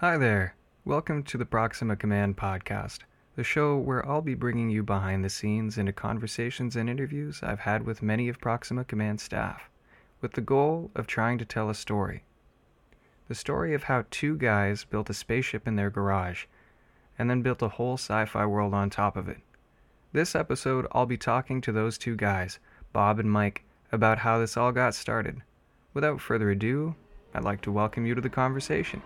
Hi there. Welcome to the Proxima Command podcast, the show where I'll be bringing you behind the scenes into conversations and interviews I've had with many of Proxima Command staff, with the goal of trying to tell a story. The story of how two guys built a spaceship in their garage and then built a whole sci fi world on top of it. This episode, I'll be talking to those two guys, Bob and Mike, about how this all got started. Without further ado, I'd like to welcome you to the conversation.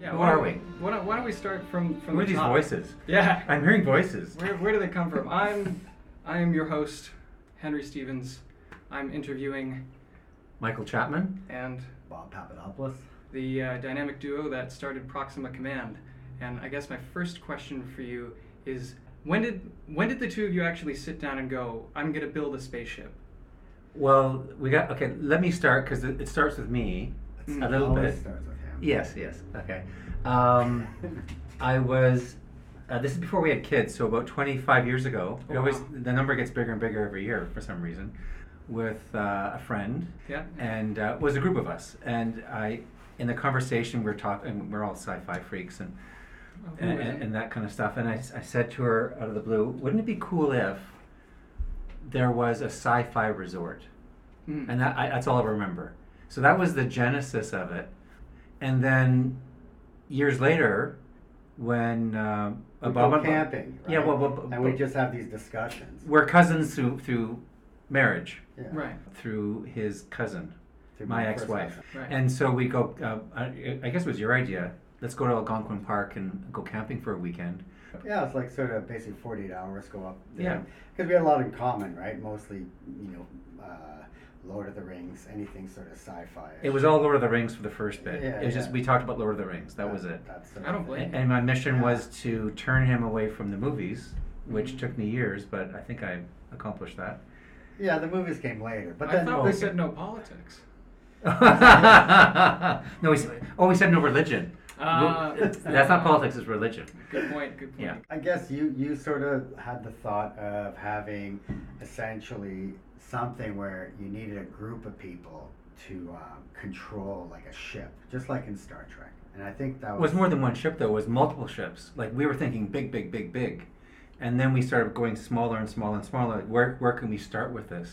Yeah, Who why are don't- we? Why don't, why don't we start from from Who the are these top? voices? Yeah, I'm hearing voices. where, where do they come from? I'm I am your host, Henry Stevens. I'm interviewing Michael Chapman. and Bob Papadopoulos. the uh, dynamic duo that started Proxima Command. And I guess my first question for you is when did when did the two of you actually sit down and go, I'm gonna build a spaceship? Well, we got okay. Let me start because it, it starts with me Mm. a little Always bit. starts with him. Yes, yes. Okay. Um, I was. Uh, this is before we had kids, so about 25 years ago. It Oh, always wow. the number gets bigger and bigger every year for some reason. With uh, a friend, Yeah. and uh, it was a group of us, and I. In the conversation, we're talking. We're all sci-fi freaks, and Uh, Oh, who and, was and, it? and that kind of stuff. And I, s- I said to her out of the blue, wouldn't it be cool if there was a sci fi resort? Mm. And that, I, that's all I remember. So that was the genesis of it. And then years later, when um, We Bob go and- camping. Yeah, right? well, well, and we just have these discussions. we're cousins through, through marriage, Yeah. Right, through his cousin. To my be the first ex-wife. husband. right. And so we go, uh, I, I guess it was your idea. Let's go to Algonquin Park and go camping for a weekend. Yeah, it's like sort of basically 48 hours go up. Yeah. Because we had a lot in common, right? Mostly, you know, uh, Lord of the Rings, anything sort of sci-fi. It was all Lord of the Rings for the first bit. Yeah, it was just yeah. we talked about Lord of the Rings. That was it. That's sort I don't of- blame And and my mission was to turn him away from the movies, which Mm-hmm. Mhm. took me years, but I think I accomplished that. Yeah, the movies came later, but I then thought oh, we okay. said no politics. no, we said, oh, we said no religion. Ah, Well, That's not politics; it's religion. Good point, good point. Yeah. I guess you you sort of had the thought of having essentially something where you needed a group of people to um, control like a ship, just like in Star Trek. And I think that It was, was more than one ship, though. It was multiple ships. Like we were thinking big, big, big, big, and then we started going smaller and smaller and smaller. Like, where where can we start with this?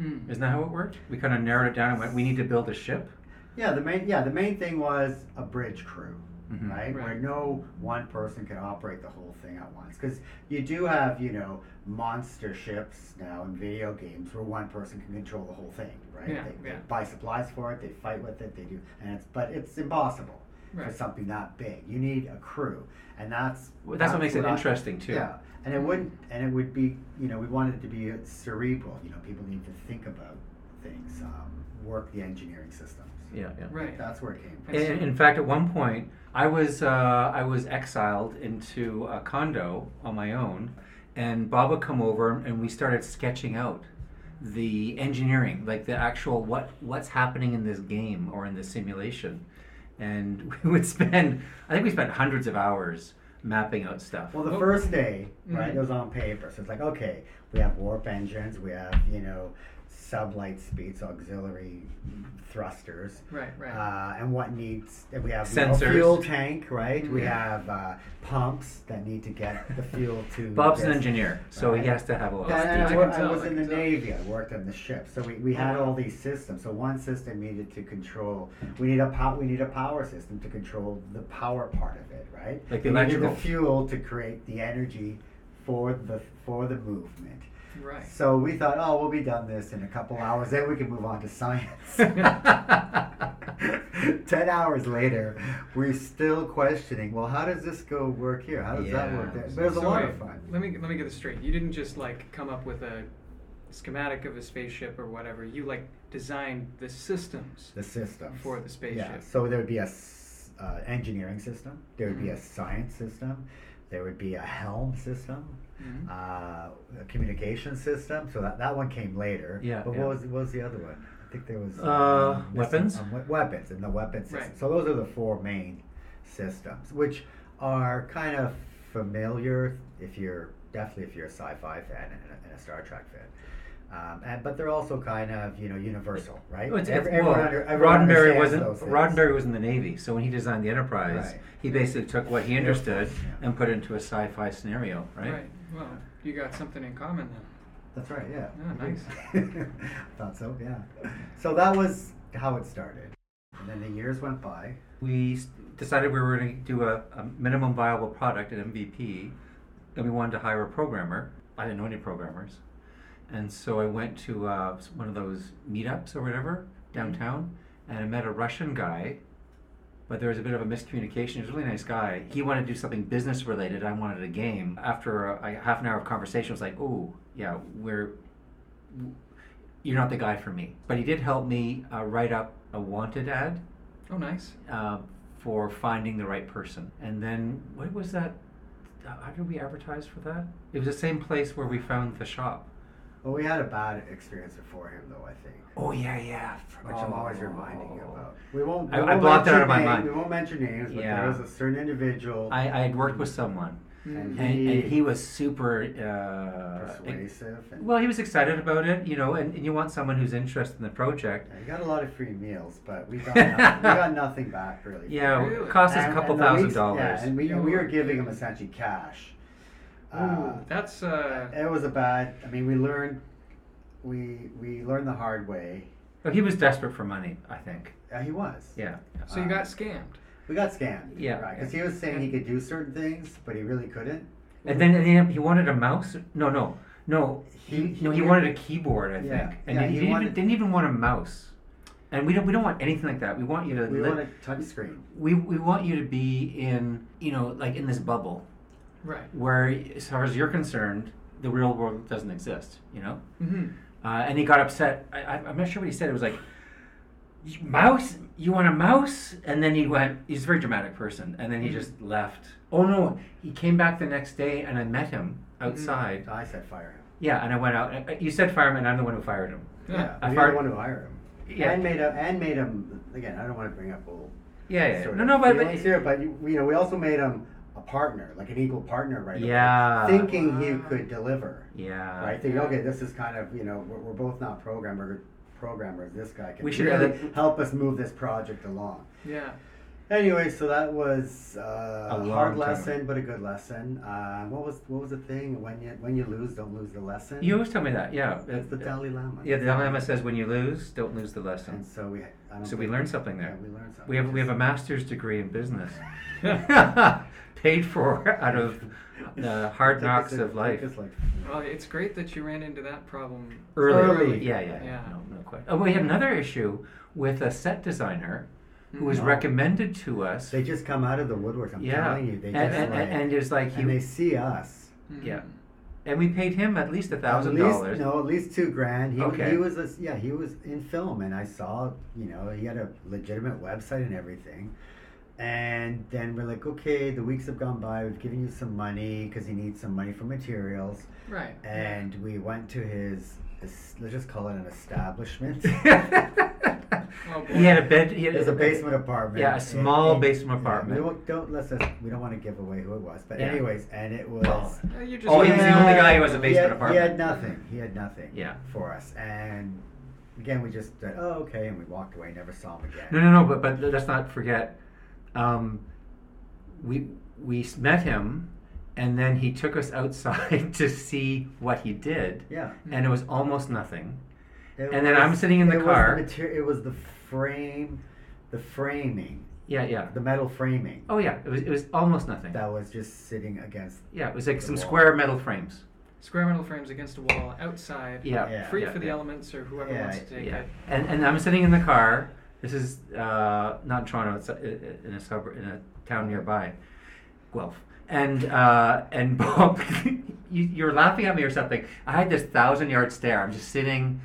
Mm-hmm. Hmm. Isn't that how it worked? We kind of narrowed it down and went, we need to build a ship. yeah the main yeah the main thing was a bridge crew. Mhm. right? Where Right. no one person can operate the whole thing at once. Because you do have, you know, monster ships now in video games where one person can control the whole thing, right? Yeah, they, they yeah. buy supplies for it, they fight with it, they do, and it's but it's impossible Right. for something that big. You need a crew, and that's Well, that's what makes it I- interesting too. Yeah, and it wouldn't, and it would be, you know, we wanted it to be cerebral. You know, people need to think about things, um, work the engineering systems. Yeah, yeah. Right. That's where it came from. I see. In, in fact, at one point, I was uh, I was exiled into a condo on my own, and Bob would come over and we started sketching out the engineering, like the actual what what's happening in this game or in this simulation, and we would spend I think we spent hundreds of hours mapping out stuff. Well, the Well- first day, Mm-hmm. right, Mhm. it was on paper. So it's like, okay, we have warp engines, we have, you know, sublight speeds, auxiliary thrusters, Right, right. uh, and what needs, and we have you know, Sensors. fuel tank, right? We Mm-hmm. Yeah. have uh, pumps that need to get the fuel to. Bob's an this. engineer, so he Right. has to have a lot. Yeah, of I and I, can detail. wor- I tell, was I in can the tell. Navy. I worked on the ship, so we, we Oh, had wow. all these systems. So one system needed to control. We need a pow- we need a power system to control the power part of it, right? Like the We needed electrical. the fuel to create the energy for the for the movement. right. So we thought, oh, we'll be done this in a couple hours. Then we can move on to science. Ten hours later, we're still questioning. Well, how does this go work here? How does that Yeah. work there? But it was a lot wait, of fun. Let me let me get this straight. You didn't just like come up with a schematic of a spaceship or whatever. You like designed the systems the system for the spaceship. So there would be a s- uh, engineering system. There would be Mm-hmm. a science system. There would be a helm system, Mm-hmm. Mhm. uh, a communication system. So that, that one came later. Yeah, But yeah. what was what was the other one? I think there was Uh, um, this- weapons? um, we- weapons and the weapon system. Right. So those are the four main systems, which are kind of familiar if you're definitely if you're a sci-fi fan and a, and a Star Trek fan. Um, and, but they're also kind of you know universal, right? Well, Oh, it's- Ev- it's- everyone well, under- everyone Roddenberry understands wasn't those things. Roddenberry was in the Navy, so when he designed the Enterprise, Right. he basically took what he understood Yeah. and put it into a sci-fi scenario, right? Right. Well, you got something in common then. That's right. Yeah. Yeah, nice. Thought so. Yeah. So that was how it started, and then the years went by. We s- decided we were going to do a, a minimum viable product, an MVP, and we wanted to hire a programmer. I didn't know any programmers, and so I went to uh, s- one of those meetups or whatever downtown, and I met a Russian guy. But there was a bit of a miscommunication. He was a really nice guy. He wanted to do something business related. I wanted a game. After a, a half an hour of conversation, I was like, "Oh, yeah, we're you're not the guy for me." But he did help me uh, write up a wanted ad Oh, nice. uh, for finding the right person. And then what was that? uh, How did we advertise for that? It was the same place where we found the shop. Well, we had a bad experience before him, though. I think. Oh yeah, yeah. Which I'm always reminding you about. We won't. I- we I won't blocked it out mention of my names- mind. We won't mention names, but Yeah. there was a certain individual, I, I had worked with someone, Hmm. and and, he, and he was super. Uh, persuasive, and well, he was excited about it, you know, and, and you want someone who's interested in the project. yeah, he got a lot of free meals, but we got nothing, we got nothing back really. Yeah, Really? it cost us a And- couple and the thousand least- dollars. Yeah, and we, and we You were were giving him kidding. essentially cash. Ooh, Uh, that's uh. it was a bad. I mean, we learned. We we learned the hard way. But he was desperate for money, I think. Uh, he was. Yeah. So uh, you got scammed. We got scammed. Yeah. Right. Because he was saying he could do certain things, but he really couldn't. And then, and then he wanted a mouse. No, no, no. He, He- no, he he- wanted a keyboard, I Yeah, think. And yeah, he, he didn't, even, wanted- didn't even want a mouse. And we don't, we don't want anything like that. We want you to We li- want a touch screen. we, we want you to be in you know like in this bubble Right. where, as far as you're concerned, the real world doesn't exist. You know. Mm-hmm. Uh, and he got upset. I, I, I'm not sure what he said. It was like, "You- mouse? You want a mouse? And then he went, he's a very dramatic person. And then he just left. Oh no, he came back the next day and I met him outside. I said fire him. Yeah, and I went out. and- uh, You said fireman, I'm the one who fired him. Yeah. Yeah, I we fired- don't want to hire him. Yeah. and made him and made him again. I don't want to bring up old. Yeah, yeah. sort No, of no, but. feelings but here, but you, you know, we also made him a partner, like an equal partner, right? away, Yeah. thinking he Wow. could deliver. yeah. Right, thinking Yeah. okay, this is kind of you know we're, we're both not programmer programmers. This guy can We should really edit- help us move this project along. Yeah. Anyway, so that was uh, A a long hard time. lesson, but a good lesson. Uh, what was what was the thing when you when you lose, don't lose the lesson. You always tell me that, yeah. Uh, That's the Dalai Lama. Yeah, the Dalai Lama says when you lose, don't lose the And lesson. so we, I don't So we think- learned something there. Yeah, we learned something. We have, we have a master's degree in business. Yeah. Paid for out of the hard Took knocks us- of life. took us like- Well, it's great that you ran into that problem Early. Early. Yeah, yeah. Yeah. No, no question. Oh, we had another issue with a set designer who was Mm-hmm. Mhm. recommended to us. They just come out of the woodwork. I'm yeah. telling you, they and, just and, like, and it was like he and they see us. Mm-hmm. Yeah. And we paid him at least a At thousand least- dollars. No, at least two grand. He, Okay. he was a, yeah, he was in film, and I saw you know he had a legitimate website and everything. And then we're like, okay, the weeks have gone by. We've given you some money because he needs some money for materials. Right. And we went to his, his let's just call it an establishment. he had a bed. He had It's a basement apartment. Yeah, a It- small it- basement yeah, apartment. we won't, don't let's us we don't want to give away who it was, but Yeah. anyways, and it was. Oh. Yeah, you just Oh, he was the only guy who has a he basement had- apartment. He had nothing. He had nothing. Yeah. For us, and again, we just said, "Oh, okay," and we walked away. Never saw him again. No, no, no. But but let's not forget. Um, we we s- met him, and then he took us outside to see what he did, Yeah. and it was almost nothing. It And then I'm sitting in the it was car. mater- it was the frame, the framing, Yeah, yeah. the metal framing Oh yeah, it was it was almost nothing. that was just sitting against. Yeah, it was like The some wall. square metal frames. square metal frames against a wall outside. Yeah, Yeah. Free yeah, for the yeah. elements or whoever Yeah, wants to take Yeah, it. and and I'm sitting in the car. This is uh, not in Toronto. It's uh, in a suburb, in a town nearby, Guelph. And uh, and Bob, you, you're laughing at me or something. I had this thousand yard stare. I'm just sitting,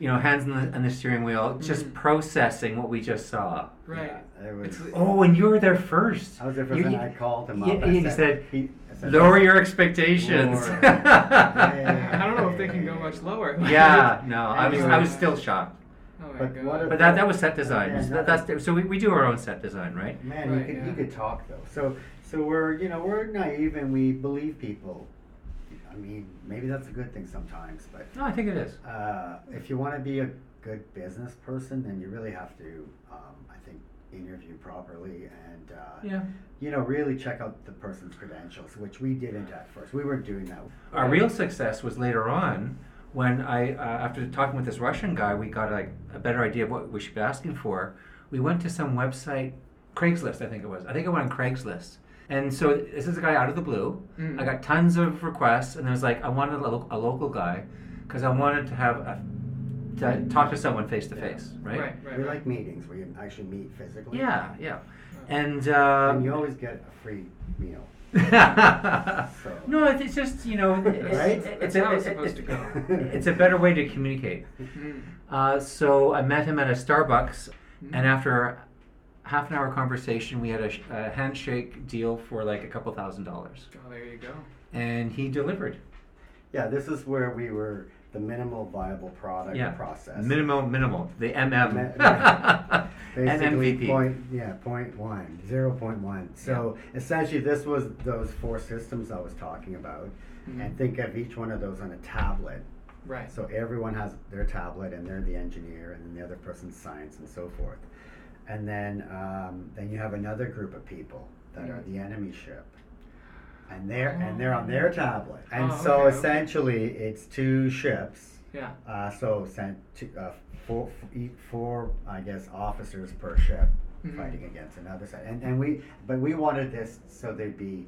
you know, hands on the, on the steering wheel, just Mhm. processing what we just saw. Right. Yeah, it was. It's- Oh, and you were there first. I was there for You- and you- I called him yeah, up. I and he said, he, I said, Lower your expectations. Lower. I don't know if they can go much lower. yeah, no, I was I was Anyway. still shocked. Oh my But god. what a- But that, that was set design. Yeah, That- that's so we, we do our own set design, right? Man, Right, you could yeah. you could talk though. So so we're you know we're naive and we believe people. mean, maybe that's a good thing sometimes, but No, I think it is. uh, if you want to be a good business person, then you really have to, um, I think, interview properly and, uh, Yeah. you know, really check out the person's credentials, which we didn't at first. We weren't doing that. Our real success was later on when I, uh, after talking with this Russian guy, we got like a better idea of what we should be asking for. We went to some website, Craigslist, I think it was. I think I went on Craigslist. And so this is a guy out of the blue. Mm. I got tons of requests, and I was like, I wanted a, lo- a local guy because I wanted to have a, to talk to someone face to face, right? Right, right, right. We like meetings where you actually meet physically. Yeah, yeah. Oh. And uh, And you always get a free meal. no, it's it's just you know, it's, Right? it's, That's how it's a, supposed to go. it's a better way to communicate. Mm. Uh, so I met him at a Starbucks, Mm-hmm. and after half an hour conversation, we had a, sh- a handshake deal for like a couple thousand dollars, Oh, there you go. and he delivered. Yeah, this is where we were the minimal viable product Yeah. process. Minimal, minimal. The MM, Me- and Basically, MVP. point yeah, point one, zero point one. So essentially, this was those four systems I was talking about, and think of each one of those on a tablet. Mm-hmm. Right. So everyone has their tablet, and they're the engineer, and then the other person's science, and so forth. And then um, then you have another group of people that Mm. are the enemy ship, and they're and they're on their tablet. And Oh, so okay, okay. essentially, it's two ships. Yeah. Uh, so sent two, uh, four, f- e- four, I guess, officers per ship Mm-hmm. Mhm. fighting against another side, and and we, but we wanted this so there'd be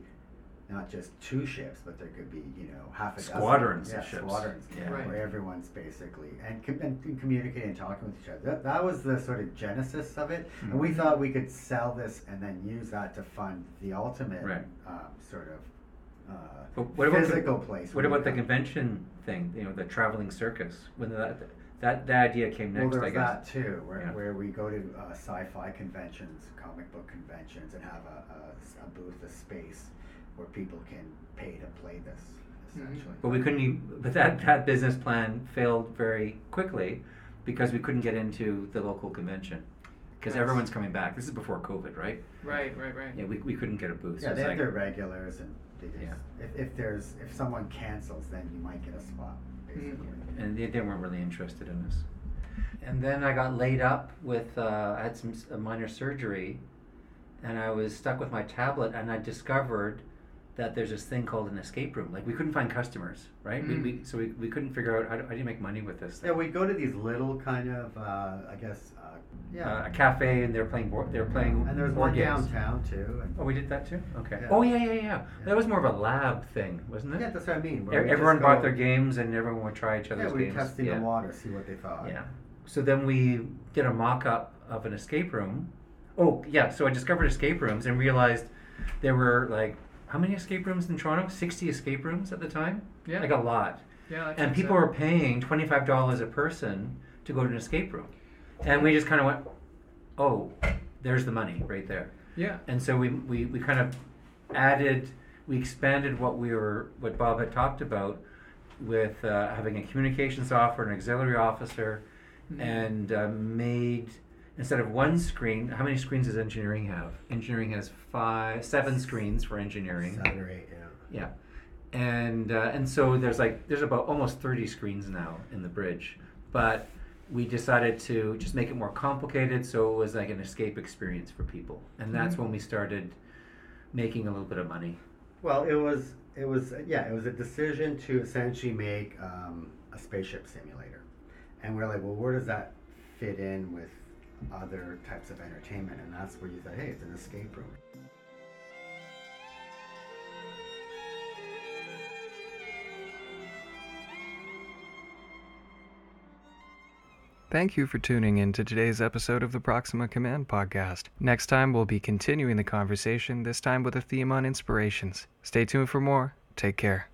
not just two ships, but there could be you know half a Squadrons of dozen, yeah, ships. squadrons, Yeah. Right. where everyone's basically and, com- and and communicating and talking with each other. That, that was the sort of genesis of it, Mm-hmm. and we thought we could sell this and then use that to fund the ultimate Right. um, sort of. Uh, But what about the- physical place? What where about the you- convention thing? You know, the traveling circus. When that that the idea came next, well, I there's guess. that too, where, Yeah. where we go to uh, sci-fi conventions, comic book conventions, and have a, a s- a booth, a space where people can pay to play this, Mhm. essentially. But we couldn't. e- But that that business plan failed very quickly because we couldn't get into the local convention because Nice. everyone's coming back. This is before COVID, right? Right, right, right. Yeah, we, we couldn't get a booth. so yeah, it's they have like- their regulars, and they just, Yeah. if, if there's if someone cancels, then you might get a spot, basically. and they, they weren't really interested in us. And then I got laid up with uh, I had some s- a minor surgery, and I was stuck with my tablet. And I discovered that there's this thing called an escape room. Like we couldn't find customers, right? Mm. We, we, so we, we couldn't figure out how do, how do you make money with this. Yeah, we go to these little kind of, uh, I guess, uh, yeah. Uh, a cafe, and they're playing board. They're playing and there's board one games. downtown too. And Oh, we did that too. Okay. Yeah. Oh yeah, yeah, yeah, That was more of a lab thing, wasn't it? yeah, that's what I mean. E- where we just everyone brought go- their games, and everyone would try each Yeah, other's we games. tested yeah. the water, see what they thought. Yeah. So then we did a mock up of an escape room. Oh, yeah. So I discovered escape rooms and realized there were like, how many escape rooms in Toronto? 60 escape rooms at the time? Yeah. Like a lot. Yeah, that And checks people out. were paying $25 a person to go to an escape room. And we just kind of went, oh, there's the money right there. Yeah. And so we, we, we kind of added, we expanded what we were, what Bob had talked about with uh, having a communications officer, an auxiliary officer, Mm-hmm. and uh, made, instead of one screen, how many screens does engineering have? Engineering has five, seven screens for engineering. Seven or eight, yeah. Yeah. And uh, and so there's like there's about almost 30 screens now in the bridge, but we decided to just make it more complicated so it was like an escape experience for people. And that's when we started making a little bit of money. Well, it was it was yeah, it was a decision to essentially make um, a spaceship simulator, and we're like, well, where does that fit in with other types of entertainment? And that's where you thought, hey, it's an escape room. Thank you for tuning in to today's episode of the Proxima Command podcast. Next time, we'll be continuing the conversation, this time with a theme on inspirations. Stay tuned for more. Take care.